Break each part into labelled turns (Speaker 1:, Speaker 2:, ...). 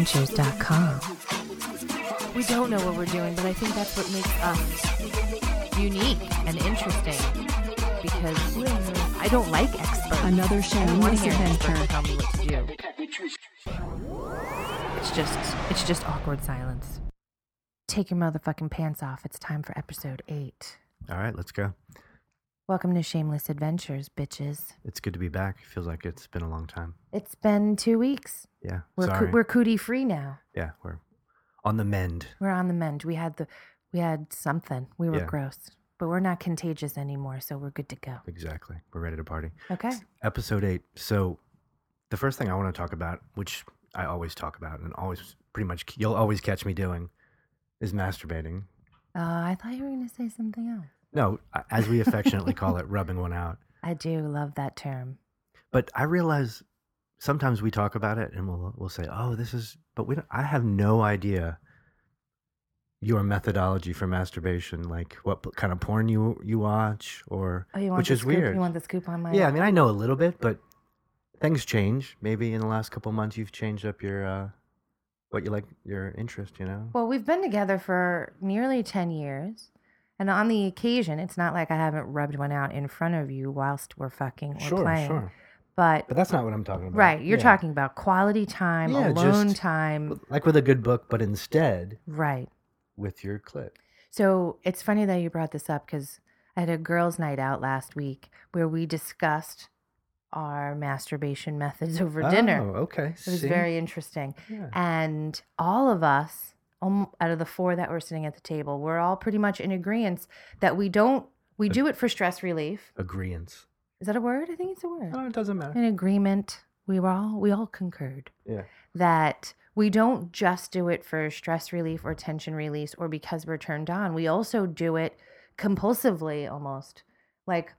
Speaker 1: shamelessadventures.com. We don't know what we're doing, but I think that's what makes us unique and interesting. Because I don't like experts.
Speaker 2: Another
Speaker 1: I don't want
Speaker 2: shameless
Speaker 1: to hear an expert
Speaker 2: adventure.
Speaker 1: tell me what to do. It's just, it's just awkward silence. Take your motherfucking pants off. It's time for episode eight.
Speaker 3: All right, let's go.
Speaker 1: Welcome to Shameless Adventures, bitches.
Speaker 3: It's good to be back. Feels like it's been a long time.
Speaker 1: It's been two weeks.
Speaker 3: Yeah.
Speaker 1: We're coo-
Speaker 3: sorry.
Speaker 1: we're cootie free now.
Speaker 3: yeah, we're on the mend.
Speaker 1: We're on the mend. We had the we had something. We were
Speaker 3: Yeah.
Speaker 1: gross, but we're not contagious anymore, so we're good to go.
Speaker 3: Exactly. We're ready to party.
Speaker 1: Okay.
Speaker 3: Episode eight. So, the first thing I want to talk about, which I always talk about and always pretty much you'll always catch me doing, is masturbating.
Speaker 1: Uh, I thought you were going to say something else.
Speaker 3: No, a- as we affectionately call it, rubbing one out.
Speaker 1: I do love that term.
Speaker 3: But I realize sometimes we talk about it and we'll we'll say, "Oh, this is," but we don't, I have no idea your methodology for masturbation, like what p- kind of porn you you watch, or
Speaker 1: Oh, you want
Speaker 3: which
Speaker 1: the
Speaker 3: is
Speaker 1: scoop?
Speaker 3: weird.
Speaker 1: You want the scoop on my
Speaker 3: yeah, I mean, I know a little bit, but things change. Maybe in the last couple months, you've changed up your uh, what you like, your interest. You know,
Speaker 1: Well, we've been together for nearly 10 years. And on the occasion, it's not like I haven't rubbed one out in front of you whilst we're fucking or playing. But,
Speaker 3: But that's not what I'm talking about.
Speaker 1: right, you're
Speaker 3: Yeah.
Speaker 1: talking about quality time,
Speaker 3: Yeah,
Speaker 1: alone
Speaker 3: just-
Speaker 1: time.
Speaker 3: like with a good book, but instead
Speaker 1: Right.
Speaker 3: with your clip.
Speaker 1: So it's funny that you brought this up because I had a girls' night out last week where we discussed our masturbation methods over dinner.
Speaker 3: Oh, okay.
Speaker 1: It was very interesting.
Speaker 3: Yeah.
Speaker 1: And all of us, um, out of the four that were sitting at the table, we're all pretty much in agreement that we don't, we do it for stress relief.
Speaker 3: agreeance.
Speaker 1: Is that a word? I think it's a word.
Speaker 3: No, Oh, it doesn't matter.
Speaker 1: In agreement, we were all, we all concurred
Speaker 3: Yeah.
Speaker 1: that we don't just do it for stress relief or tension release or because we're turned on. We also do it compulsively almost. Like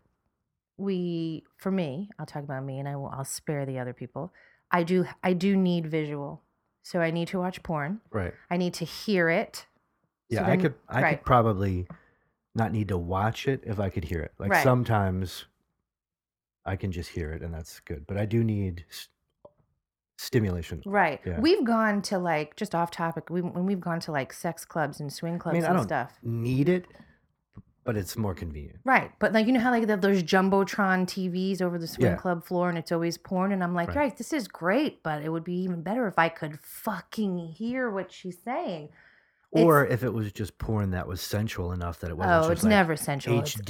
Speaker 1: we for me, I'll talk about me and I will I'll spare the other people. I do I do need visual. So I need to watch porn.
Speaker 3: Right.
Speaker 1: I need to hear it.
Speaker 3: Yeah,
Speaker 1: So
Speaker 3: I
Speaker 1: then-
Speaker 3: could I
Speaker 1: right.
Speaker 3: could probably not need to watch it if I could hear it. Like
Speaker 1: Right.
Speaker 3: sometimes I can just hear it and that's good, but I do need s- stimulation.
Speaker 1: Right.
Speaker 3: Yeah.
Speaker 1: We've gone to like just off topic. We when we've gone to like sex clubs and swing clubs
Speaker 3: I
Speaker 1: and
Speaker 3: don't-
Speaker 1: stuff.
Speaker 3: Need it, but it's more convenient.
Speaker 1: Right. But like you know how like the, those jumbotron TVs over the swing
Speaker 3: Yeah.
Speaker 1: club floor and it's always porn and I'm like, right.
Speaker 3: Right.
Speaker 1: this is great, but it would be even better if I could fucking hear what she's saying. It's-
Speaker 3: Or if it was just porn that was sensual enough that it wasn't
Speaker 1: oh,
Speaker 3: just
Speaker 1: it's
Speaker 3: like
Speaker 1: never sensual. It's, mm.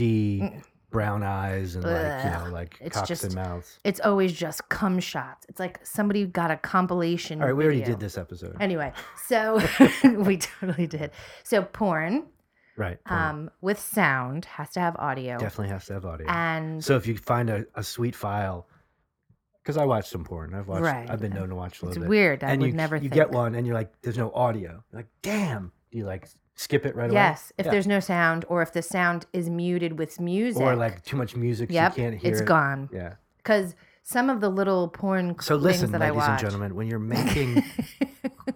Speaker 3: HD brown eyes and like, you know,
Speaker 1: Ugh.
Speaker 3: like
Speaker 1: It's
Speaker 3: cocks
Speaker 1: just-
Speaker 3: and mouths.
Speaker 1: it's always just cum shots. It's like somebody got a compilation.
Speaker 3: All right, we already
Speaker 1: video.
Speaker 3: did this episode.
Speaker 1: Anyway, so we totally did. So porn,
Speaker 3: right. porn
Speaker 1: um, with sound has to have audio.
Speaker 3: definitely has to have audio.
Speaker 1: And
Speaker 3: So if you find a, a sweet file, because I watch some porn, I've watched,
Speaker 1: Right.
Speaker 3: I've been known to watch a
Speaker 1: it's
Speaker 3: little bit.
Speaker 1: weird. I
Speaker 3: and
Speaker 1: would
Speaker 3: you,
Speaker 1: never
Speaker 3: you
Speaker 1: think.
Speaker 3: get one, and you're like, "There's no audio." You're like, damn, you like skip it right
Speaker 1: Yes, if
Speaker 3: Yeah.
Speaker 1: there's no sound, or if the sound is muted with music,
Speaker 3: away, or like too much music, so
Speaker 1: yep,
Speaker 3: you can't hear.
Speaker 1: it's
Speaker 3: it.
Speaker 1: gone.
Speaker 3: Yeah.
Speaker 1: Because some of the little porn
Speaker 3: So
Speaker 1: things
Speaker 3: listen,
Speaker 1: that I
Speaker 3: ladies
Speaker 1: watch,
Speaker 3: and gentlemen, when you're making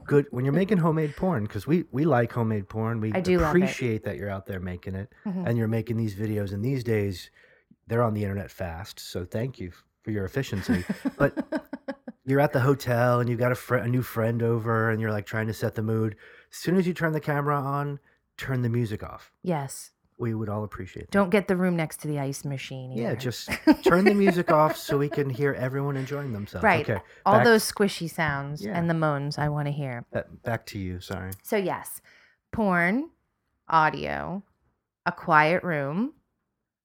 Speaker 3: good, when you're making homemade porn, because we we like homemade porn, we
Speaker 1: I do love it.
Speaker 3: appreciate that you're out there making it,
Speaker 1: Mhm.
Speaker 3: and you're making these videos. And these days, they're on the internet fast. So thank you for your efficiency. but you're at the hotel and you've got a, fr- a new friend over and you're like trying to set the mood. As soon as you turn the camera on, turn the music off.
Speaker 1: yes,
Speaker 3: We would all appreciate that.
Speaker 1: don't get the room next to the ice machine.
Speaker 3: Yeah,
Speaker 1: either.
Speaker 3: just turn the music off so we can hear everyone enjoying themselves.
Speaker 1: Right.
Speaker 3: Okay.
Speaker 1: all
Speaker 3: back,
Speaker 1: those squishy sounds
Speaker 3: Yeah.
Speaker 1: and the moans I want to hear.
Speaker 3: uh, back to you. Sorry.
Speaker 1: So yes, porn, audio, a quiet room,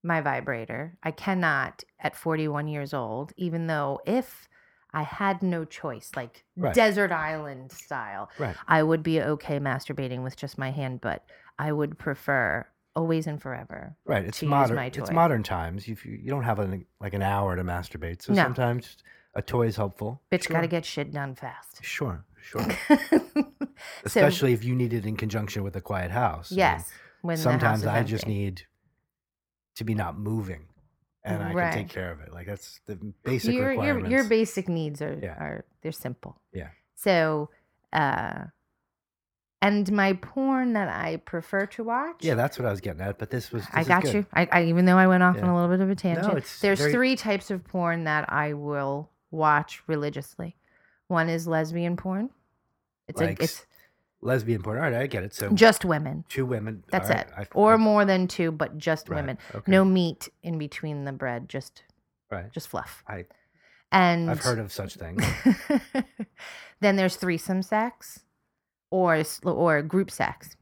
Speaker 1: my vibrator. I cannot at 41 years old, even though if I had no choice, like
Speaker 3: Right.
Speaker 1: desert island style,
Speaker 3: Right.
Speaker 1: I would be okay masturbating with just my hand, but I would prefer always and forever.
Speaker 3: Right. It's
Speaker 1: to use
Speaker 3: modern.
Speaker 1: my
Speaker 3: It's
Speaker 1: toy.
Speaker 3: modern times. You you don't have an like an hour to masturbate, so
Speaker 1: No.
Speaker 3: sometimes a toy is helpful.
Speaker 1: Bitch,
Speaker 3: Sure.
Speaker 1: gotta get shit done fast.
Speaker 3: Sure. Sure.
Speaker 1: so,
Speaker 3: Especially if you need it in conjunction with a quiet house. I mean,
Speaker 1: yes, when the house
Speaker 3: sometimes
Speaker 1: is
Speaker 3: I just
Speaker 1: empty.
Speaker 3: need to be not moving, and I
Speaker 1: Right.
Speaker 3: can take care of it. Like that's the basic
Speaker 1: your, your
Speaker 3: requirements.
Speaker 1: your basic needs are
Speaker 3: Yeah.
Speaker 1: are they're simple.
Speaker 3: Yeah.
Speaker 1: So, uh, and my porn that I prefer to watch.
Speaker 3: yeah, that's what I was getting at. But this was.
Speaker 1: I
Speaker 3: this is
Speaker 1: got
Speaker 3: good.
Speaker 1: you. I, I even though I went off on
Speaker 3: Yeah.
Speaker 1: a little bit of a tangent.
Speaker 3: it's
Speaker 1: There's
Speaker 3: very-
Speaker 1: three types of porn that I will watch religiously. One is lesbian porn. It's
Speaker 3: Like
Speaker 1: a,
Speaker 3: s- oh.
Speaker 1: it's
Speaker 3: lesbian porn. All right, I get it. So
Speaker 1: just women.
Speaker 3: two women.
Speaker 1: That's
Speaker 3: all right,
Speaker 1: it.
Speaker 3: I-
Speaker 1: or
Speaker 3: I-
Speaker 1: more than two, but just
Speaker 3: right,
Speaker 1: women.
Speaker 3: Okay.
Speaker 1: No meat in between the bread, just
Speaker 3: Right.
Speaker 1: just fluff.
Speaker 3: I-
Speaker 1: and
Speaker 3: I've heard of such things.
Speaker 1: then there's threesome sex or s- or group sex.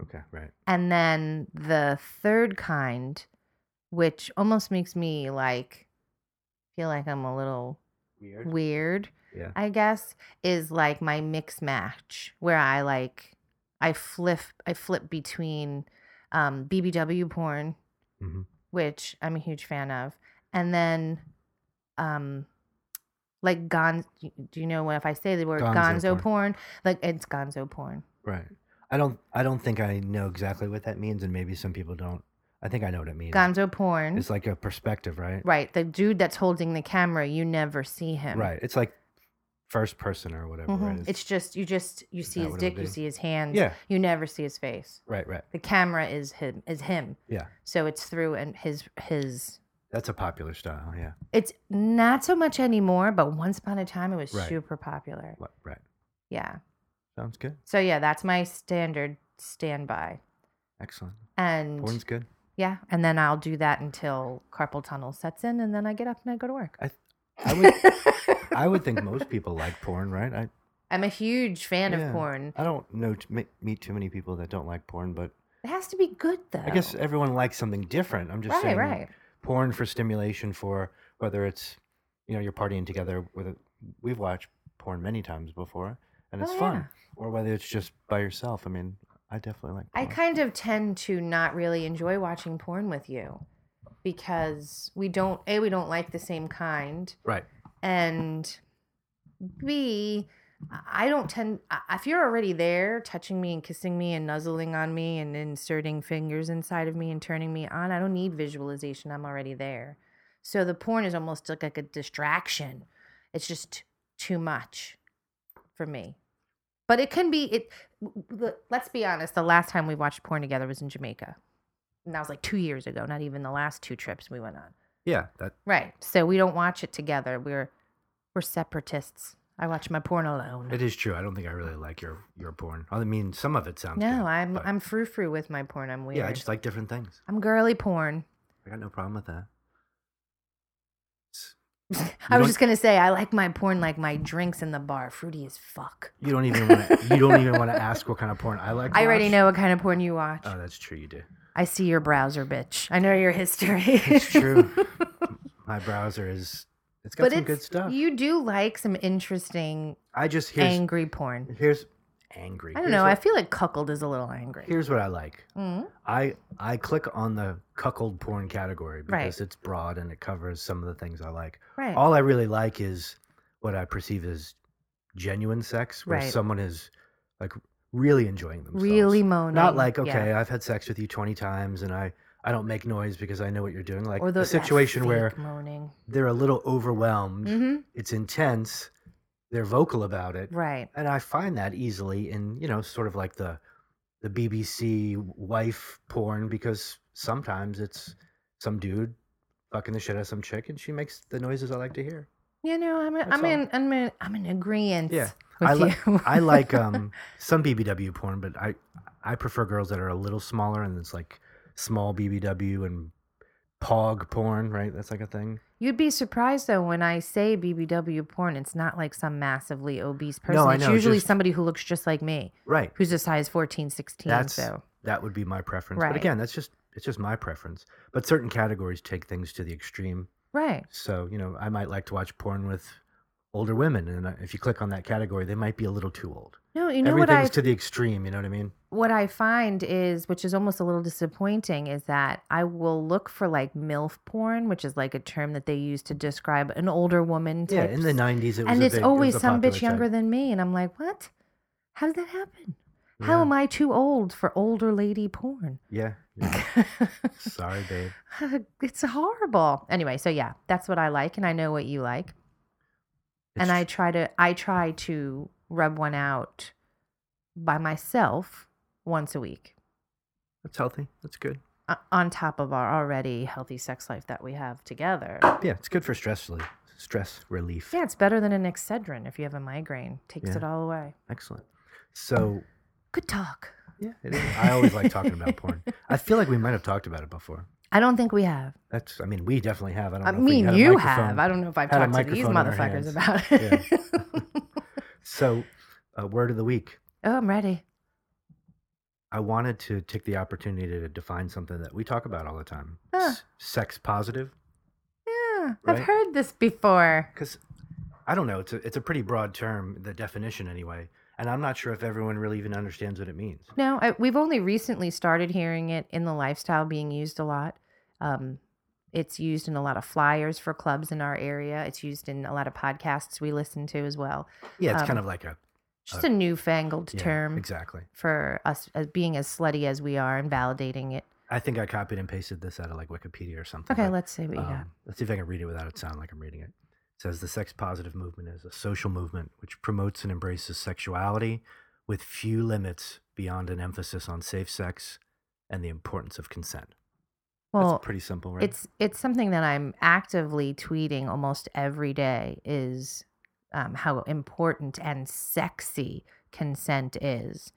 Speaker 3: Okay. Right.
Speaker 1: And then the third kind, which almost makes me like feel like I'm a little
Speaker 3: Weird.
Speaker 1: weird,
Speaker 3: Yeah.
Speaker 1: I guess, is like my mix match where I like I flip I flip between um BBW porn,
Speaker 3: Mhm.
Speaker 1: which I'm a huge fan of, and then um like gon do you know what if I say the word
Speaker 3: Gonzo
Speaker 1: gonzo, porn. like it's gonzo porn.
Speaker 3: Right. I don't. I don't think I know exactly what that means, and maybe some people don't. I think I know what it means.
Speaker 1: Gonzo porn.
Speaker 3: It's like a perspective, right?
Speaker 1: Right, the dude that's holding the camera, you never see him.
Speaker 3: Right. It's like first person or whatever.
Speaker 1: Mhm.
Speaker 3: Right?
Speaker 1: It's just you just you see
Speaker 3: that
Speaker 1: his
Speaker 3: what it'll
Speaker 1: dick, you
Speaker 3: be?
Speaker 1: see his hands,
Speaker 3: yeah.
Speaker 1: you never see his face.
Speaker 3: Right. Right.
Speaker 1: the camera is him is him
Speaker 3: Yeah.
Speaker 1: so it's through and his his
Speaker 3: That's a popular style. Yeah.
Speaker 1: it's not so much anymore but once upon a time it was
Speaker 3: Right.
Speaker 1: super popular
Speaker 3: What- Right.
Speaker 1: yeah
Speaker 3: Sounds good.
Speaker 1: so yeah that's my standard standby
Speaker 3: Excellent.
Speaker 1: and
Speaker 3: Porn's good.
Speaker 1: yeah and then i'll do that until carpal tunnel sets in and then i get up and i go to work
Speaker 3: I- I would. I would think most people like porn, right? I,
Speaker 1: i'm a huge fan
Speaker 3: Yeah.
Speaker 1: of porn
Speaker 3: I don't know t- me- meet too many people that don't like porn, but
Speaker 1: it has to be good though
Speaker 3: I guess everyone likes something different. I'm just
Speaker 1: right
Speaker 3: saying
Speaker 1: right
Speaker 3: porn for stimulation for whether it's you know you're partying together with a, we've watched porn many times before and it's
Speaker 1: Oh,
Speaker 3: fun
Speaker 1: yeah.
Speaker 3: or whether it's just by yourself. I mean, I definitely like
Speaker 1: I
Speaker 3: porn.
Speaker 1: kind of tend to not really enjoy watching porn with you because we don't a we don't like the same kind
Speaker 3: right.
Speaker 1: and b I don't tend I- if you're already there touching me and kissing me and nuzzling on me and inserting fingers inside of me and turning me on I don't need visualization I'm already there so the porn is almost like, like a distraction it's just too much for me but it can be it w- w- the- let's be honest the last time we watched porn together was in Jamaica and that was like 2 years ago not even the last two trips we went on
Speaker 3: Yeah, that
Speaker 1: Right. So we don't watch it together. We're we're separatists. I watch my porn alone.
Speaker 3: it is true. I don't think I really like your your porn. I mean, some of it sounds good,
Speaker 1: No, I'm
Speaker 3: but-
Speaker 1: I'm frou frou with my porn. I'm weird.
Speaker 3: yeah. I just like different things.
Speaker 1: I'm girly porn.
Speaker 3: I got no problem with that. It's-
Speaker 1: I
Speaker 3: don't-
Speaker 1: was just gonna say I like my porn like my drinks in the bar. Fruity as fuck.
Speaker 3: You don't even want to. You don't even want to ask what kind of porn I like. to
Speaker 1: I already
Speaker 3: watch.
Speaker 1: know what kind of porn you watch.
Speaker 3: Oh, that's true. You do.
Speaker 1: I see your browser, bitch. I know your history.
Speaker 3: It's true. My browser is. It's got
Speaker 1: but
Speaker 3: some
Speaker 1: it's
Speaker 3: good stuff.
Speaker 1: you do like some interesting
Speaker 3: I just here's
Speaker 1: angry porn.
Speaker 3: here's angry.
Speaker 1: I don't
Speaker 3: Here's
Speaker 1: know.
Speaker 3: What,
Speaker 1: I feel like cuckold is a little angry.
Speaker 3: here's what I like.
Speaker 1: Mm,
Speaker 3: I I click on the cuckold porn category because
Speaker 1: Right.
Speaker 3: it's broad and it covers some of the things I like.
Speaker 1: right.
Speaker 3: All I really like is what I perceive as genuine sex, where
Speaker 1: Right.
Speaker 3: someone is like really enjoying themselves.
Speaker 1: really moaning.
Speaker 3: Not like
Speaker 1: Yeah.
Speaker 3: okay, I've had sex with you twenty times and I I don't make noise because I know what you're doing. Like
Speaker 1: the
Speaker 3: a situation where they're a little overwhelmed,
Speaker 1: hmm
Speaker 3: it's intense, they're vocal about it,
Speaker 1: right
Speaker 3: and I find that easily in you know sort of like the the BBC wife porn because sometimes it's some dude fucking the shit out of some chick and she makes the noises I like to hear.
Speaker 1: you know i'm a,
Speaker 3: That's
Speaker 1: i'm
Speaker 3: all.
Speaker 1: in i'm in i'm in agreement
Speaker 3: Yeah.
Speaker 1: with
Speaker 3: I li-
Speaker 1: you
Speaker 3: I like um some BBW porn, but I I prefer girls that are a little smaller and it's like small BBW and pog porn, right? That's like a thing.
Speaker 1: you'd be surprised though when i say bbw porn it's not like some massively obese person
Speaker 3: I
Speaker 1: it's
Speaker 3: know,
Speaker 1: usually
Speaker 3: just-
Speaker 1: somebody who looks just like me
Speaker 3: Right.
Speaker 1: who's a size 14 16
Speaker 3: That's-
Speaker 1: so
Speaker 3: That would be my preference.
Speaker 1: Right.
Speaker 3: But again, that's just it's just my preference. But certain categories take things to the extreme.
Speaker 1: right
Speaker 3: So, you know, I might like to watch porn with older women. And if you click on that category, they might be a little too old.
Speaker 1: no you know what
Speaker 3: Everything's
Speaker 1: i
Speaker 3: to the extreme. You know what I mean?
Speaker 1: what i find is which is almost a little disappointing is that i will look for like milf porn which is like a term that they use to describe an older woman
Speaker 3: Yeah.
Speaker 1: type
Speaker 3: In the 90s, it was
Speaker 1: and
Speaker 3: a
Speaker 1: it's
Speaker 3: big- it
Speaker 1: always
Speaker 3: was a
Speaker 1: some
Speaker 3: popular
Speaker 1: bitch
Speaker 3: trend.
Speaker 1: younger than me and i'm like what how did that happen how
Speaker 3: Yeah.
Speaker 1: am i too old for older lady porn
Speaker 3: Yeah. yeah. Sorry, babe.
Speaker 1: it's horrible anyway so yeah that's what i like and i know what you like and
Speaker 3: It's
Speaker 1: i
Speaker 3: tr-
Speaker 1: try to i try to rub one out by myself once a week
Speaker 3: That's healthy. That's good.
Speaker 1: uh, on top of our already healthy sex life that we have together
Speaker 3: Yeah. It's good for stress relief. stress relief.
Speaker 1: Yeah, it's better than an Excedrin if you have a migraine. Takes
Speaker 3: Yeah.
Speaker 1: it all away.
Speaker 3: Excellent. So
Speaker 1: Good talk.
Speaker 3: yeah, it is. I always like talking about porn. I feel like we might have talked about it before.
Speaker 1: I don't think we have.
Speaker 3: That's. I mean, we definitely have. I don't.
Speaker 1: I
Speaker 3: know if we
Speaker 1: mean,
Speaker 3: had a
Speaker 1: Uh, you
Speaker 3: microphone.
Speaker 1: have. I don't know if I've
Speaker 3: had a
Speaker 1: talked to these
Speaker 3: microphone in our hands.
Speaker 1: motherfuckers about it.
Speaker 3: So, uh, word of the week.
Speaker 1: oh, I'm ready.
Speaker 3: I wanted to take the opportunity to define something that we talk about all the time:
Speaker 1: Huh.
Speaker 3: S- sex positive.
Speaker 1: Yeah,
Speaker 3: Right?
Speaker 1: I've heard this before.
Speaker 3: because I don't know. It's a it's a pretty broad term, the definition anyway, and I'm not sure if everyone really even understands what it means.
Speaker 1: No, I, we've only recently started hearing it in the lifestyle being used a lot. Um, it's used in a lot of flyers for clubs in our area. It's used in a lot of podcasts we listen to as well.
Speaker 3: Yeah, it's kind
Speaker 1: Um,
Speaker 3: of like a
Speaker 1: Just a newfangled
Speaker 3: Uh, yeah,
Speaker 1: term
Speaker 3: Exactly.
Speaker 1: for us as being as slutty as we are and validating it.
Speaker 3: I think I copied and pasted this out of like Wikipedia or something.
Speaker 1: Okay,
Speaker 3: but,
Speaker 1: let's see what you got.
Speaker 3: um, let's see if I can read it without it sounding like I'm reading it. It says the sex positive movement is a social movement which promotes and embraces sexuality with few limits beyond an emphasis on safe sex and the importance of consent.
Speaker 1: Well,
Speaker 3: That's pretty simple, right?
Speaker 1: it's it's something that I'm actively tweeting almost every day is um, how important and sexy consent is,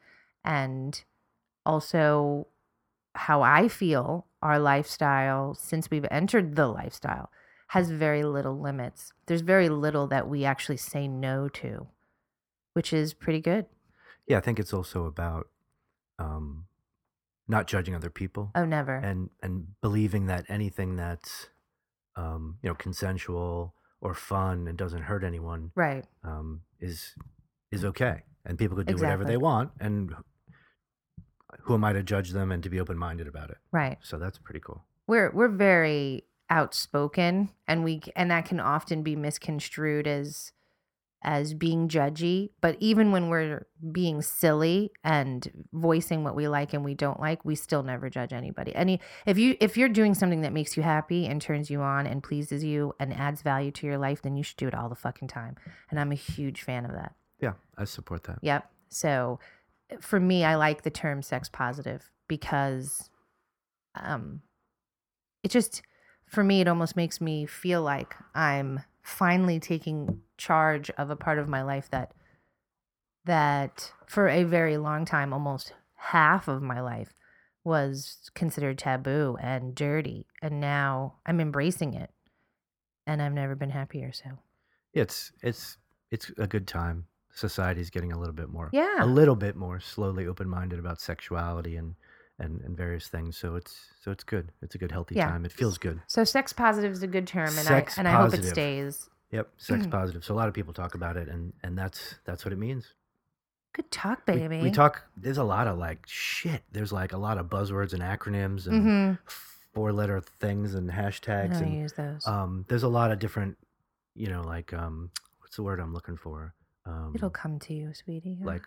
Speaker 1: and also how I feel our lifestyle since we've entered the lifestyle has very little limits. There's very little that we actually say no to, which is pretty good.
Speaker 3: yeah, I think it's also about um, not judging other people.
Speaker 1: Oh, never.
Speaker 3: and and believing that anything that's um, you know consensual or fun and doesn't hurt anyone
Speaker 1: right.
Speaker 3: um, is is okay, and people could do whatever
Speaker 1: Exactly.
Speaker 3: they want, and wh- who am I to judge them and to be open minded about it?
Speaker 1: Right.
Speaker 3: So that's pretty cool.
Speaker 1: we're we're very outspoken and we and that can often be misconstrued as as being judgy but even when we're being silly and voicing what we like and we don't like we still never judge anybody any if you if you're doing something that makes you happy and turns you on and pleases you and adds value to your life then you should do it all the fucking time and i'm a huge fan of that
Speaker 3: Yeah, I support that.
Speaker 1: Yep. So eh, for me, I like the term sex positive because um it just for me it almost makes me feel like I'm finally taking charge of a part of my life that that for a very long time, almost half of my life was considered taboo and dirty. And now I'm embracing it. And I've never been happier. So
Speaker 3: It's it's it's a good time. Society's getting a little bit more
Speaker 1: yeah.
Speaker 3: a little bit more slowly open minded about sexuality and. And, and various things, so it's so it's good. It's a good healthy
Speaker 1: Yeah.
Speaker 3: time. It feels good.
Speaker 1: So sex positive is a good term, and
Speaker 3: Sex
Speaker 1: I and I hope it
Speaker 3: positive.
Speaker 1: stays.
Speaker 3: Yep, sex
Speaker 1: Mm-hmm.
Speaker 3: positive. So a lot of people talk about it, and and that's that's what it means.
Speaker 1: Good talk,
Speaker 3: We-
Speaker 1: baby.
Speaker 3: We, talk. There's a lot of like shit. There's like a lot of buzzwords and acronyms and
Speaker 1: Mm-hmm.
Speaker 3: four letter things and
Speaker 1: I
Speaker 3: hashtags
Speaker 1: don't
Speaker 3: and
Speaker 1: use those.
Speaker 3: um. There's a lot of different, you know, like um. What's the word I'm looking for? Um,
Speaker 1: It'll come to you, sweetie. Yeah.
Speaker 3: like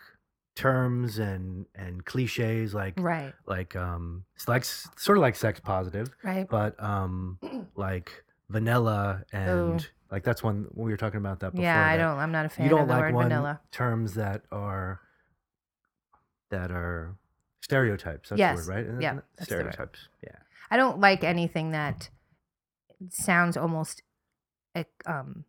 Speaker 3: terms and and cliches like
Speaker 1: right,
Speaker 3: like um. It's like s- sort of like sex positive,
Speaker 1: right.
Speaker 3: but um like vanilla and like that's one we were talking about that before.
Speaker 1: Yeah, I
Speaker 3: that-
Speaker 1: don't. I'm not a fan
Speaker 3: you don't
Speaker 1: of the
Speaker 3: like
Speaker 1: word
Speaker 3: one
Speaker 1: vanilla.
Speaker 3: terms that are that are stereotypes. That's
Speaker 1: Yes.
Speaker 3: the word, right? Isn't
Speaker 1: Yeah,
Speaker 3: it?
Speaker 1: that's the word.
Speaker 3: stereotypes. Yeah,
Speaker 1: I don't like anything that sounds almost ec- um,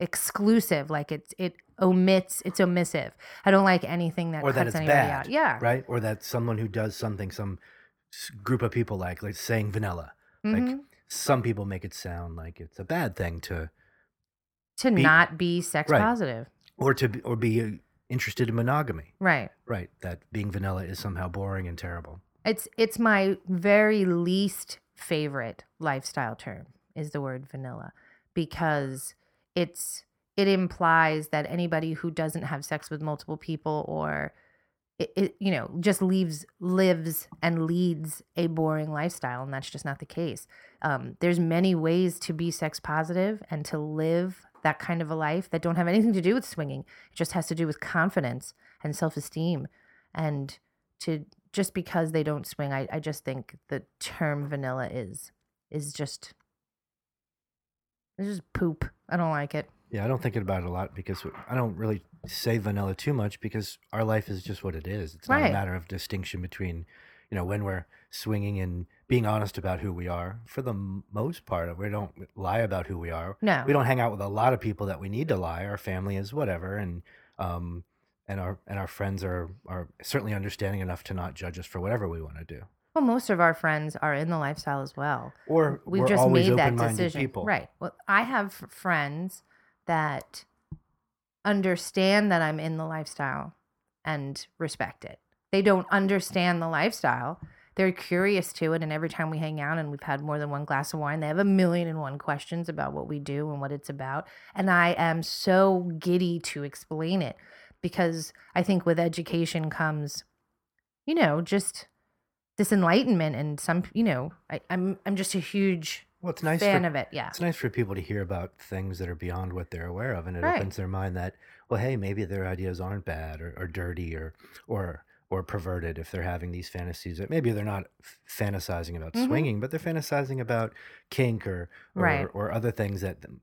Speaker 1: exclusive. Like it's it omits. It's omissive. I don't like anything that
Speaker 3: Or that
Speaker 1: cuts
Speaker 3: it's
Speaker 1: anybody
Speaker 3: bad,
Speaker 1: out. Yeah.
Speaker 3: right. Or that someone who does something, some s- group of people like, like saying vanilla. Like
Speaker 1: Mhm.
Speaker 3: some people make it sound like it's a bad thing to,
Speaker 1: to
Speaker 3: be-
Speaker 1: not be sex
Speaker 3: Right.
Speaker 1: positive.
Speaker 3: or to, be- or be uh, interested in monogamy.
Speaker 1: Right.
Speaker 3: Right. That being vanilla is somehow boring and terrible.
Speaker 1: It's it's my very least favorite lifestyle term is the word vanilla because it's it implies that anybody who doesn't have sex with multiple people or it, it you know just leaves lives and leads a boring lifestyle and that's just not the case. Um, there's many ways to be sex positive and to live that kind of a life that don't have anything to do with swinging. It just has to do with confidence and self esteem and to just because they don't swing I, I just think the term vanilla is is just it's just poop i don't like it
Speaker 3: Yeah, I don't think about it a lot because I don't really say vanilla too much because our life is just what it is. It's not
Speaker 1: Right.
Speaker 3: a matter of distinction between you know when we're swinging and being honest about who we are for the m- most part we don't lie about who we are
Speaker 1: No.
Speaker 3: we don't hang out with a lot of people that we need to lie our family is whatever and um and our and our friends are are certainly understanding enough to not judge us for whatever we want to do
Speaker 1: Well, most of our friends are in the lifestyle as well.
Speaker 3: or
Speaker 1: We've
Speaker 3: we're
Speaker 1: just
Speaker 3: always
Speaker 1: made that
Speaker 3: open-minded
Speaker 1: decision.
Speaker 3: people
Speaker 1: Right. Well, I have f- friends that understand that I'm in the lifestyle and respect it. They don't understand the lifestyle. They're curious to it. And every time we hang out and we've had more than one glass of wine, they have a million and one questions about what we do and what it's about. And I am so giddy to explain it because I think with education comes, you know, just this enlightenment and some, you know, I, I'm I'm just a huge
Speaker 3: well it's nice
Speaker 1: fan
Speaker 3: for,
Speaker 1: of it. Yeah.
Speaker 3: it's nice for people to hear about things that are beyond what they're aware of and it
Speaker 1: Right.
Speaker 3: opens their mind that well hey maybe their ideas aren't bad or, or dirty or or or perverted if they're having these fantasies that maybe they're not f- fantasizing about
Speaker 1: Mhm.
Speaker 3: swinging but they're fantasizing about kink or or,
Speaker 1: Right.
Speaker 3: or other things that th-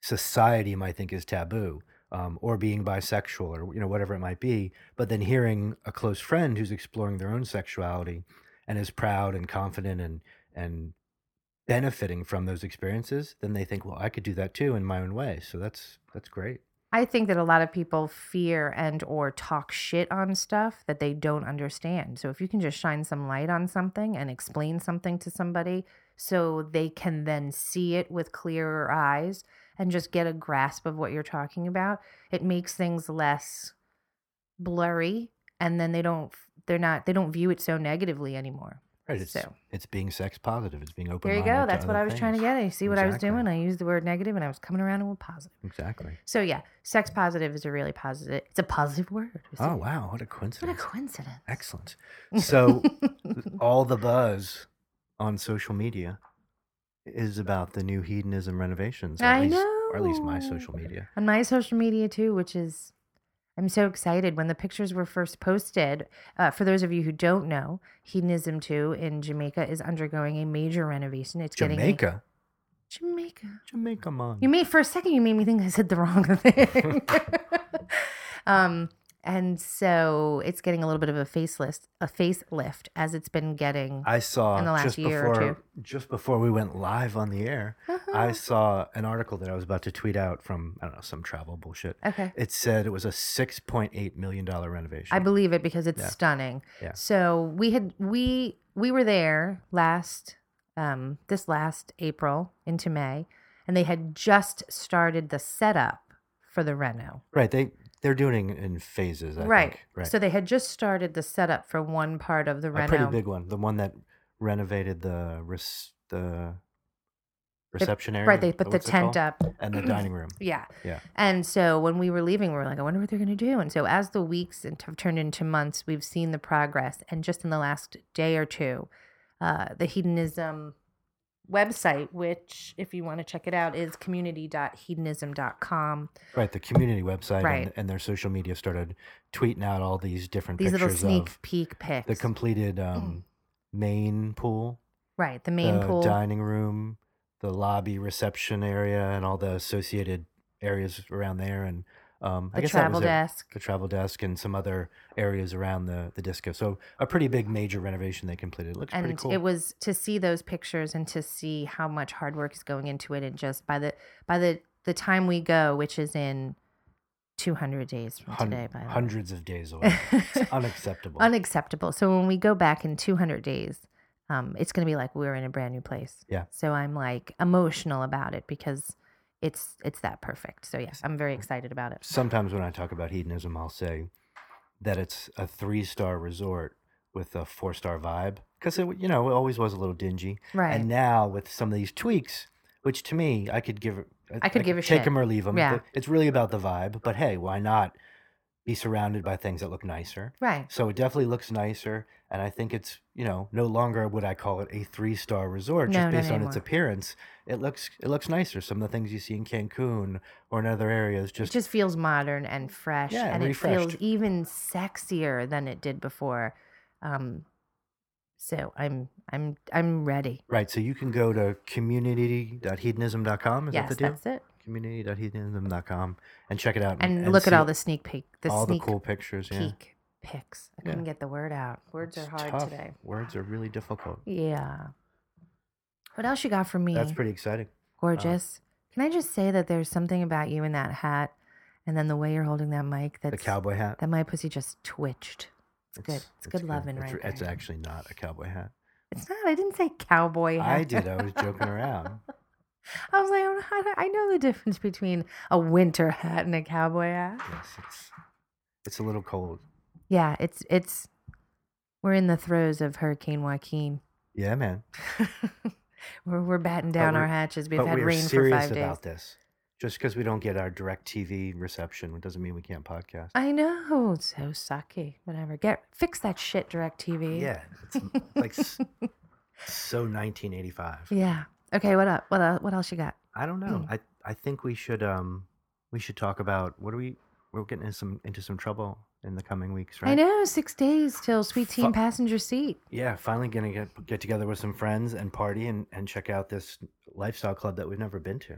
Speaker 3: society might think is taboo um, or being bisexual or you know whatever it might be but then hearing a close friend who's exploring their own sexuality and is proud and confident and and benefiting from those experiences, then they think, well, I could do that too in my own way. So that's that's great.
Speaker 1: I think that a lot of people fear and or talk shit on stuff that they don't understand. So if you can just shine some light on something and explain something to somebody so they can then see it with clearer eyes and just get a grasp of what you're talking about, it makes things less blurry and then they don't they're not they don't view it so negatively anymore.
Speaker 3: Right. It's
Speaker 1: So-
Speaker 3: it's being sex positive. It's being open.
Speaker 1: There you go. That's what I was trying to get. at. You see what
Speaker 3: Exactly.
Speaker 1: I was doing? I used the word negative and I was coming around with positive.
Speaker 3: Exactly.
Speaker 1: So yeah, sex positive is a really positive. It's a positive word. Isn't
Speaker 3: Oh
Speaker 1: it?
Speaker 3: wow,
Speaker 1: what
Speaker 3: what a
Speaker 1: a
Speaker 3: coincidence.
Speaker 1: coincidence!
Speaker 3: Excellent. So all the buzz on social media is about the new hedonism renovations. or at
Speaker 1: I
Speaker 3: least, Or at least my
Speaker 1: know.
Speaker 3: social media.
Speaker 1: on my social media too, which is I'm so excited. When the pictures were first posted, uh, for those of you who don't know, Hedonism 2 in Jamaica is undergoing a major renovation. It's getting
Speaker 3: Jamaica.
Speaker 1: a- Jamaica.
Speaker 3: Jamaica man.
Speaker 1: You made for a second you made me think I said the wrong thing. um and so it's getting a little bit of a facelift, a facelift as it's been getting.
Speaker 3: I saw
Speaker 1: in the last
Speaker 3: just
Speaker 1: year or
Speaker 3: before
Speaker 1: two. Uh-huh.
Speaker 3: just before we went live on the air. I saw an article that I was about to tweet out from I don't know some travel bullshit.
Speaker 1: okay.
Speaker 3: It said it was a six point eight million dollar renovation.
Speaker 1: I believe it because it's
Speaker 3: Yeah.
Speaker 1: stunning.
Speaker 3: Yeah.
Speaker 1: So we had we we were there last um this last April into May and they had just started the setup for the reno.
Speaker 3: right? They they're doing it in phases. I
Speaker 1: right.
Speaker 3: Think. Right.
Speaker 1: So they had just started the setup for one part of the
Speaker 3: a
Speaker 1: reno.
Speaker 3: pretty big one. The one that renovated the res- the reception area.
Speaker 1: right, they put the
Speaker 3: what's it called?
Speaker 1: tent up.
Speaker 3: and the dining room.
Speaker 1: Yeah.
Speaker 3: Yeah.
Speaker 1: And so when we were leaving, we were like, I wonder what they're going to do. And so as the weeks and have turned into months, we've seen the progress. And just in the last day or two, uh, the hedonism website, which if you want to check it out, is community.hedonism.com.
Speaker 3: Right. The community website
Speaker 1: Right.
Speaker 3: and, and their social media started tweeting out all these different
Speaker 1: These little
Speaker 3: pictures
Speaker 1: sneak
Speaker 3: of
Speaker 1: peek pics.
Speaker 3: the completed um, main pool.
Speaker 1: right. The main
Speaker 3: the
Speaker 1: pool.
Speaker 3: dining room, the lobby reception area, and all the associated areas around there, and um, I
Speaker 1: the
Speaker 3: guess that
Speaker 1: travel
Speaker 3: was it.
Speaker 1: desk.
Speaker 3: the travel desk, and some other areas around the the disco. So a pretty big major renovation they completed. It looks pretty
Speaker 1: and
Speaker 3: cool.
Speaker 1: it was to see those pictures and to see how much hard work is going into it and just by the by the the time we go which is in 200 days from
Speaker 3: Hun-
Speaker 1: today by the way.
Speaker 3: hundreds of days away. It's unacceptable.
Speaker 1: unacceptable so when we go back in 200 days um, it's going to be like we're in a brand new place
Speaker 3: Yeah.
Speaker 1: so i'm like emotional about it because it's it's that perfect so yes i'm very excited about it
Speaker 3: Sometimes when I talk about hedonism, I'll say that it's a three star resort with a four star vibe because it you know it always was a little dingy.
Speaker 1: right
Speaker 3: And now with some of these tweaks, which to me, I could give.
Speaker 1: I could give a
Speaker 3: take
Speaker 1: shit.
Speaker 3: them or leave them.
Speaker 1: Yeah.
Speaker 3: It's really about the vibe. But hey, why not be surrounded by things that look nicer?
Speaker 1: right
Speaker 3: So it definitely looks nicer, and I think it's you know no longer would I call it a three star resort
Speaker 1: No,
Speaker 3: just
Speaker 1: not
Speaker 3: based on its
Speaker 1: anymore.
Speaker 3: appearance. It looks it looks nicer. Some of the things you see in Cancun or in other areas
Speaker 1: it
Speaker 3: just
Speaker 1: just feels modern and fresh
Speaker 3: Yeah,
Speaker 1: and it feels
Speaker 3: refreshed.
Speaker 1: even sexier than it did before um so i'm i'm i'm ready
Speaker 3: right. So you can go to community.hedonism.com. Is
Speaker 1: yes
Speaker 3: that the deal?
Speaker 1: that's it
Speaker 3: Community.hedonism.com and check it out
Speaker 1: and, look at all
Speaker 3: see
Speaker 1: the sneak peek the
Speaker 3: all the
Speaker 1: sneak
Speaker 3: cool pictures. Yeah.
Speaker 1: peek Picks. I
Speaker 3: Yeah.
Speaker 1: couldn't get the word out. Words
Speaker 3: It's
Speaker 1: are hard
Speaker 3: tough.
Speaker 1: today.
Speaker 3: Words are really difficult.
Speaker 1: Yeah. What else you got for me?
Speaker 3: That's pretty uh, exciting.
Speaker 1: gorgeous. Can I just say that there's something about you in that hat, and then the way you're holding that mic that's
Speaker 3: The cowboy hat.
Speaker 1: that my pussy just twitched. It's good. It's, good loving
Speaker 3: It's,
Speaker 1: right
Speaker 3: it's
Speaker 1: there.
Speaker 3: actually not a cowboy hat.
Speaker 1: It's not. I didn't say cowboy hat.
Speaker 3: I did. I was joking around.
Speaker 1: I was like, I, don't know how to- I know the difference between a winter hat and a cowboy hat.
Speaker 3: Yes, it's it's a little cold.
Speaker 1: Yeah, it's it's. We're in the throes of Hurricane Joaquin.
Speaker 3: Yeah, man.
Speaker 1: we're we're batting down our
Speaker 3: we're-
Speaker 1: hatches. We've
Speaker 3: but
Speaker 1: had
Speaker 3: we are
Speaker 1: rain for
Speaker 3: serious
Speaker 1: five days.
Speaker 3: about this. Just because we don't get our direct TV reception, it doesn't mean we can't podcast.
Speaker 1: I know. it's So sucky. Whatever. Get fix that shit, DirecTV.
Speaker 3: yeah, it's m- like s- so 1985.
Speaker 1: Yeah. Okay. What up? What up? What else you got?
Speaker 3: I don't
Speaker 1: Mm.
Speaker 3: know. I I think we should um we should talk about what are we we're getting into some into some trouble in the coming weeks, right?
Speaker 1: I know. Six days till Sweet Teen
Speaker 3: Fu-
Speaker 1: Passenger Seat.
Speaker 3: Yeah, finally gonna get get together with some friends and party and and check out this lifestyle club that we've never been to.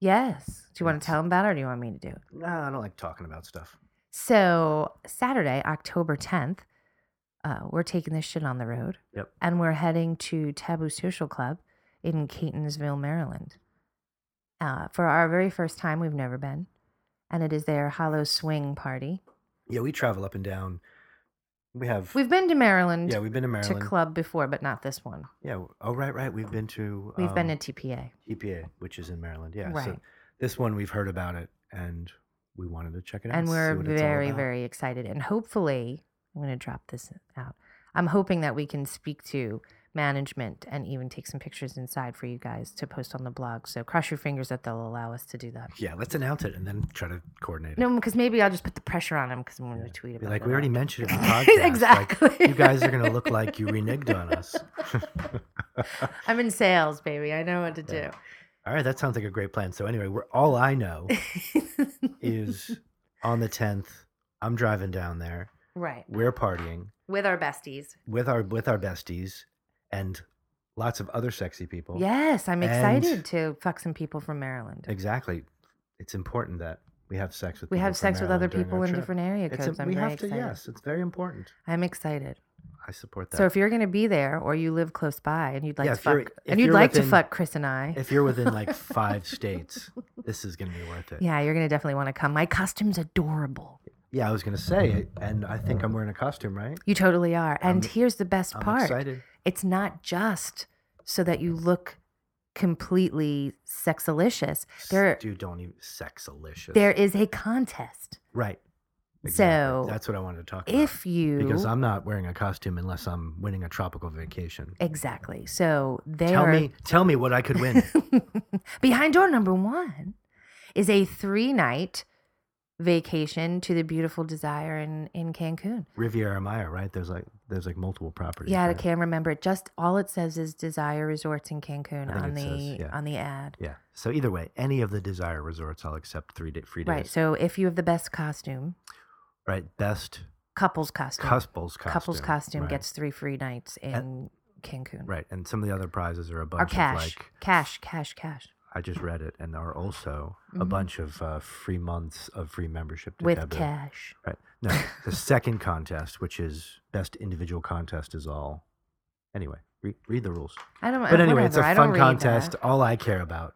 Speaker 1: Yes. Do you want
Speaker 3: Yes.
Speaker 1: to tell them about it, or do you want me to do it?
Speaker 3: No, I don't like talking about stuff.
Speaker 1: So Saturday, October tenth, uh, we're taking this shit on the road.
Speaker 3: Yep.
Speaker 1: And we're heading to Taboo Social Club in Catonsville, Maryland. Uh, for our very first time, we've never been, and it is their Hollow Swing party.
Speaker 3: Yeah, we travel up and down. We have
Speaker 1: We've been to Maryland
Speaker 3: yeah, we've been to
Speaker 1: to
Speaker 3: Maryland.
Speaker 1: club before, but not this one.
Speaker 3: yeah. w- Oh right, right. We've been to
Speaker 1: We've been to
Speaker 3: um,
Speaker 1: TPA.
Speaker 3: EPA, which is in Maryland. Yeah. So
Speaker 1: Right.
Speaker 3: this one we've heard about it and we wanted to check it out.
Speaker 1: and
Speaker 3: see
Speaker 1: we're
Speaker 3: what it's all
Speaker 1: very
Speaker 3: about.
Speaker 1: very excited and hopefully i'm going to drop this out i'm hoping that we can speak to management and even take some pictures inside for you guys to post on the blog so cross your fingers that they'll allow us to do that
Speaker 3: Yeah, let's announce it and then try to coordinate it.
Speaker 1: no because maybe i'll just put the pressure on them because i'm going to tweet
Speaker 3: Be
Speaker 1: about
Speaker 3: like
Speaker 1: it
Speaker 3: we already
Speaker 1: all."
Speaker 3: mentioned it in the podcast. like,
Speaker 1: exactly
Speaker 3: you guys are gonna look like you reneged on us.
Speaker 1: i'm in sales baby i know what to
Speaker 3: Yeah.
Speaker 1: do
Speaker 3: All right, that sounds like a great plan. So anyway, we're all I know is on the tenth, I'm driving down there.
Speaker 1: right
Speaker 3: We're partying
Speaker 1: with our besties
Speaker 3: with our with our besties and lots of other sexy people.
Speaker 1: yes i'm
Speaker 3: And-
Speaker 1: excited to fuck some people from maryland
Speaker 3: Exactly. It's important that we have sex with
Speaker 1: we
Speaker 3: people
Speaker 1: have
Speaker 3: from
Speaker 1: sex with other
Speaker 3: Maryland during
Speaker 1: people
Speaker 3: our
Speaker 1: in
Speaker 3: trip.
Speaker 1: different area
Speaker 3: It's
Speaker 1: codes
Speaker 3: a-
Speaker 1: i'm
Speaker 3: we
Speaker 1: very
Speaker 3: have
Speaker 1: excited
Speaker 3: to, yes, it's very important.
Speaker 1: i'm excited
Speaker 3: I support that.
Speaker 1: So if you're going to be there or you live close by and you'd like
Speaker 3: Yeah,
Speaker 1: to
Speaker 3: if you're-
Speaker 1: fuck
Speaker 3: if
Speaker 1: and you'd
Speaker 3: you're
Speaker 1: like to
Speaker 3: within-
Speaker 1: fuck Chris and I,
Speaker 3: if you're within like five states, this is gonna be worth it.
Speaker 1: yeah, you're going to definitely want to come. My costume's adorable.
Speaker 3: Yeah, I was gonna say, and I think I'm wearing a costume, right?
Speaker 1: You totally are. And
Speaker 3: I'm-
Speaker 1: here's the best
Speaker 3: I'm
Speaker 1: part.
Speaker 3: excited.
Speaker 1: It's not just so that you look completely sexalicious. There
Speaker 3: dude, don't even sexalicious.
Speaker 1: there is a contest.
Speaker 3: right.
Speaker 1: So,
Speaker 3: that's what I wanted to talk about.
Speaker 1: If you
Speaker 3: because I'm not wearing a costume unless I'm winning a tropical vacation.
Speaker 1: Exactly. So they
Speaker 3: Tell
Speaker 1: are
Speaker 3: me, tell me what I could win.
Speaker 1: Behind door number one is a three night vacation to the beautiful desire in, in Cancun.
Speaker 3: Riviera Maya, right? There's like there's like multiple properties.
Speaker 1: Yeah, I
Speaker 3: right?
Speaker 1: can't remember it. Just all it says is Desire Resorts in Cancun
Speaker 3: I think
Speaker 1: on the
Speaker 3: it says, yeah.
Speaker 1: on the ad.
Speaker 3: yeah. So either way, any of the Desire resorts, I'll accept three day, free days.
Speaker 1: Right. So if you have the best costume,
Speaker 3: Right, Best
Speaker 1: couples costume,
Speaker 3: couples costume.
Speaker 1: couples costume
Speaker 3: right.
Speaker 1: gets three free nights in Cancun.
Speaker 3: right, and some of the other prizes are a bunch
Speaker 1: Or cash,
Speaker 3: of like
Speaker 1: cash, cash, cash
Speaker 3: I just read it, and are also a
Speaker 1: Mhm.
Speaker 3: bunch of uh, free months of free membership to
Speaker 1: with
Speaker 3: Taboo.
Speaker 1: cash.
Speaker 3: Right. No, the second contest, which is best individual contest, is all. Anyway, re- read the rules.
Speaker 1: I don't.
Speaker 3: But anyway,
Speaker 1: whatever.
Speaker 3: it's a
Speaker 1: I don't
Speaker 3: fun
Speaker 1: read uh,
Speaker 3: contest.
Speaker 1: that.
Speaker 3: All I care about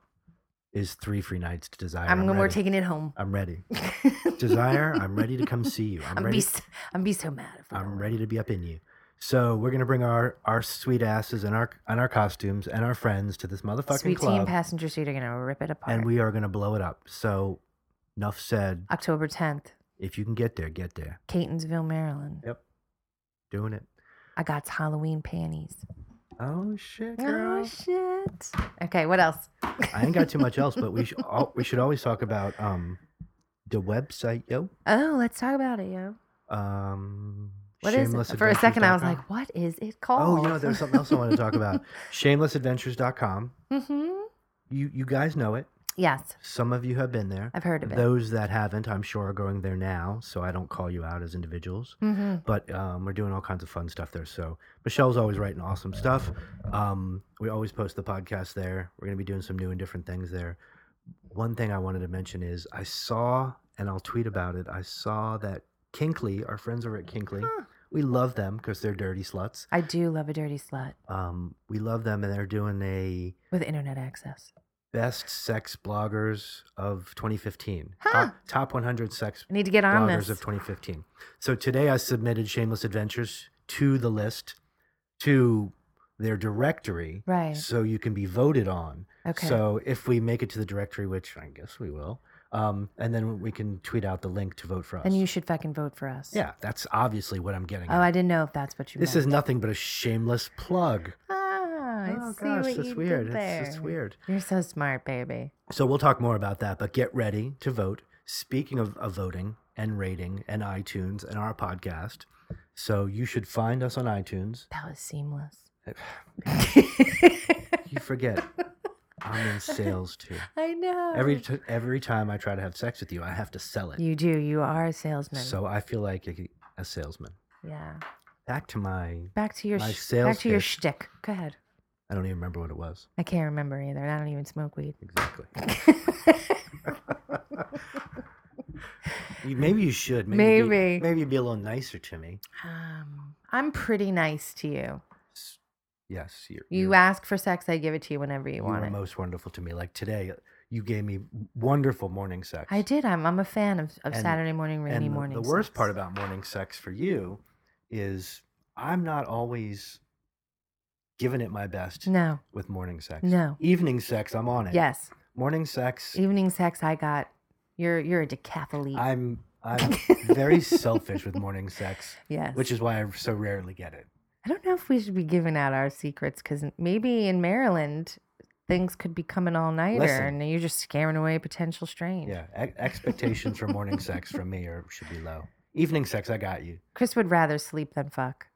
Speaker 3: is three free nights to desire.
Speaker 1: I'm gonna. We're
Speaker 3: ready.
Speaker 1: taking it home.
Speaker 3: I'm ready.
Speaker 1: I'm
Speaker 3: Desire, I'm ready to come see you. I'm,
Speaker 1: gonna
Speaker 3: ready.
Speaker 1: be. s- I'm be so mad. If we don't
Speaker 3: I'm
Speaker 1: win.
Speaker 3: ready to be up in you. So we're gonna bring our our sweet asses and our and our costumes and our friends to this motherfucking
Speaker 1: Sweet team
Speaker 3: club,
Speaker 1: passenger seat are gonna rip it apart.
Speaker 3: and we are gonna blow it up. So, enough said.
Speaker 1: October 10th,
Speaker 3: If you can get there, get there.
Speaker 1: Catonsville, Maryland.
Speaker 3: Yep. Doing it.
Speaker 1: I got Halloween panties.
Speaker 3: Oh shit,
Speaker 1: Oh
Speaker 3: girl.
Speaker 1: shit. Okay, what else?
Speaker 3: I ain't got too much else, but we should al- we should always talk about um the website, yo.
Speaker 1: Oh, let's talk about it, yo.
Speaker 3: Um
Speaker 1: What is it? For a second, I was like, what is it
Speaker 3: Oh,
Speaker 1: called?
Speaker 3: you know, there's something else I want to talk about. Shamelessadventures.com.
Speaker 1: hmm
Speaker 3: You you guys know it.
Speaker 1: Yes,
Speaker 3: Some of you have been there.
Speaker 1: I've heard of it.
Speaker 3: Those that haven't, I'm sure, are going there now. So I don't call you out as individuals,
Speaker 1: hmm
Speaker 3: but um, we're doing all kinds of fun stuff there. So Michelle's always writing awesome stuff. Um, we always post the podcast there. We're going to be doing some new and different things there. One thing I wanted to mention is I saw, and I'll tweet about it. I saw that Kinkley, our friends over at Kinkley.
Speaker 1: Huh.
Speaker 3: We love them because they're dirty sluts.
Speaker 1: I do love a dirty slut
Speaker 3: Um, we love them, and they're doing a
Speaker 1: with internet access.
Speaker 3: best sex bloggers of 2015.
Speaker 1: Huh.
Speaker 3: Top, top 100 sex
Speaker 1: I need to get on
Speaker 3: bloggers
Speaker 1: this.
Speaker 3: of 2015. So today I submitted Shameless Adventures to the list, to their directory,
Speaker 1: right.
Speaker 3: so you can be voted on.
Speaker 1: Okay.
Speaker 3: So if we make it to the directory, which I guess we will, um, and then we can tweet out the link to vote for us.
Speaker 1: then you should fucking vote for us.
Speaker 3: yeah, that's obviously what I'm getting.
Speaker 1: Oh,
Speaker 3: at.
Speaker 1: I didn't know if that's what you
Speaker 3: this is
Speaker 1: meant.
Speaker 3: nothing but a shameless plug.
Speaker 1: Ah, I
Speaker 3: oh
Speaker 1: see
Speaker 3: gosh,
Speaker 1: what
Speaker 3: that's
Speaker 1: you
Speaker 3: weird.
Speaker 1: Did
Speaker 3: It's, it's
Speaker 1: there.
Speaker 3: weird.
Speaker 1: You're so smart, baby.
Speaker 3: So we'll talk more about that, but get ready to vote. Speaking of, of voting and rating and iTunes and our podcast, so you should find us on iTunes.
Speaker 1: That was seamless.
Speaker 3: You forget, I'm in sales too.
Speaker 1: I know.
Speaker 3: Every t- every time I try to have sex with you, I have to sell it.
Speaker 1: Oh. you do. You are a salesman.
Speaker 3: So I feel like a, a salesman.
Speaker 1: yeah.
Speaker 3: Back to my,
Speaker 1: Back to your
Speaker 3: My
Speaker 1: sh-
Speaker 3: sales
Speaker 1: back to your
Speaker 3: pitch.
Speaker 1: shtick. Go ahead.
Speaker 3: I don't even remember what it was
Speaker 1: I can't remember either. and I don't even smoke weed.
Speaker 3: exactly. You- maybe you should. be-
Speaker 1: Maybe.
Speaker 3: maybe be a little nicer to me.
Speaker 1: um, I'm pretty nice to you.
Speaker 3: Yes, you're,
Speaker 1: You
Speaker 3: you're-
Speaker 1: ask for sex, I give it to you whenever you,
Speaker 3: you
Speaker 1: want
Speaker 3: were
Speaker 1: it.
Speaker 3: most wonderful to me. Like today, you gave me wonderful morning sex.
Speaker 1: I did. I'm I'm a fan of, of
Speaker 3: And-
Speaker 1: Saturday morning rainy
Speaker 3: and the-
Speaker 1: morning.
Speaker 3: the worst
Speaker 1: sex.
Speaker 3: part about morning sex for you is I'm not always giving it my best
Speaker 1: no,
Speaker 3: with morning sex.
Speaker 1: No.
Speaker 3: Evening sex, I'm on it.
Speaker 1: yes, E
Speaker 3: Morning sex,
Speaker 1: evening sex. I got you're you're a decathlete.
Speaker 3: I'm I'm very selfish with morning sex,
Speaker 1: yes,
Speaker 3: which is why I so rarely get it.
Speaker 1: I don't know if we should be giving out our secrets because maybe in Maryland things could be coming all nighter
Speaker 3: Listen.
Speaker 1: and you're just scaring away potential strain.
Speaker 3: Yeah, e- expectations for morning sex from me are should be low. Evening sex, I got you.
Speaker 1: Chris would rather sleep than fuck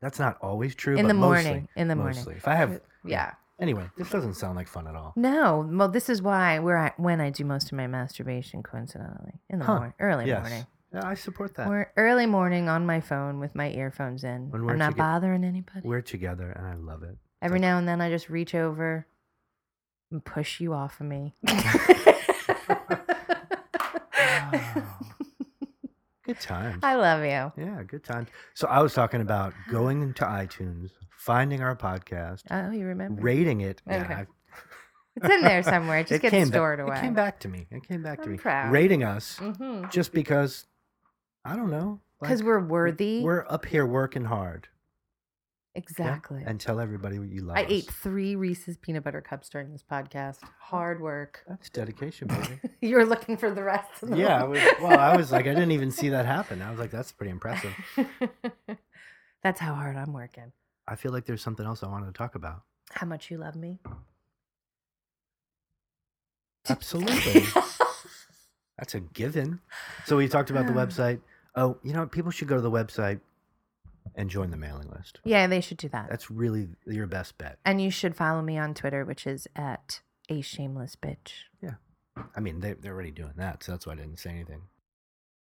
Speaker 3: That's not always true.
Speaker 1: in
Speaker 3: but
Speaker 1: the
Speaker 3: mostly-
Speaker 1: morning. In the morning.
Speaker 3: mostly. If I have
Speaker 1: Yeah.
Speaker 3: anyway, this doesn't sound like fun at all.
Speaker 1: No. Well, this is why where I, when I do most of my masturbation, coincidentally, in the
Speaker 3: Huh.
Speaker 1: morning, early
Speaker 3: yes,
Speaker 1: morning.
Speaker 3: Yeah, I support that. We're,
Speaker 1: Or early morning on my phone with my earphones in.
Speaker 3: When
Speaker 1: I'm
Speaker 3: we're
Speaker 1: not
Speaker 3: toge-
Speaker 1: bothering anybody.
Speaker 3: together, and I love it.
Speaker 1: Every now and then I just reach over and push you off of me.
Speaker 3: Wow. Good times.
Speaker 1: I love you.
Speaker 3: yeah, good times. So I was talking about going into iTunes, finding our podcast,
Speaker 1: Oh, you remember?
Speaker 3: rating it. Yeah,
Speaker 1: Okay.
Speaker 3: I-
Speaker 1: It's in there somewhere. It just
Speaker 3: it
Speaker 1: gets
Speaker 3: came ba-
Speaker 1: stored away.
Speaker 3: It came back to me. It came back to
Speaker 1: I'm
Speaker 3: me.
Speaker 1: proud.
Speaker 3: Rating us
Speaker 1: mm-hmm.
Speaker 3: just because I don't know.
Speaker 1: Because
Speaker 3: like,
Speaker 1: we're worthy.
Speaker 3: We're up here working hard. yeah?
Speaker 1: exactly.
Speaker 3: And tell everybody what you love.
Speaker 1: I
Speaker 3: us.
Speaker 1: ate three Reese's peanut butter cups during this podcast. Hard work.
Speaker 3: That's dedication, baby.
Speaker 1: you were looking for the rest. Of them.
Speaker 3: Uh, yeah. I was, well, I was like, I didn't even see that happen. I was like, that's pretty impressive.
Speaker 1: That's how hard I'm working.
Speaker 3: I feel like there's something else I wanted to talk about.
Speaker 1: How much you love me?
Speaker 3: Absolutely. That's a given. So we talked about the website. Oh, you know, people should go to the website and join the mailing list.
Speaker 1: yeah, they should do that.
Speaker 3: That's really your best bet.
Speaker 1: and you should follow me on Twitter, which is at a shameless bitch.
Speaker 3: I mean, they, they're already doing that, so that's why I didn't say anything.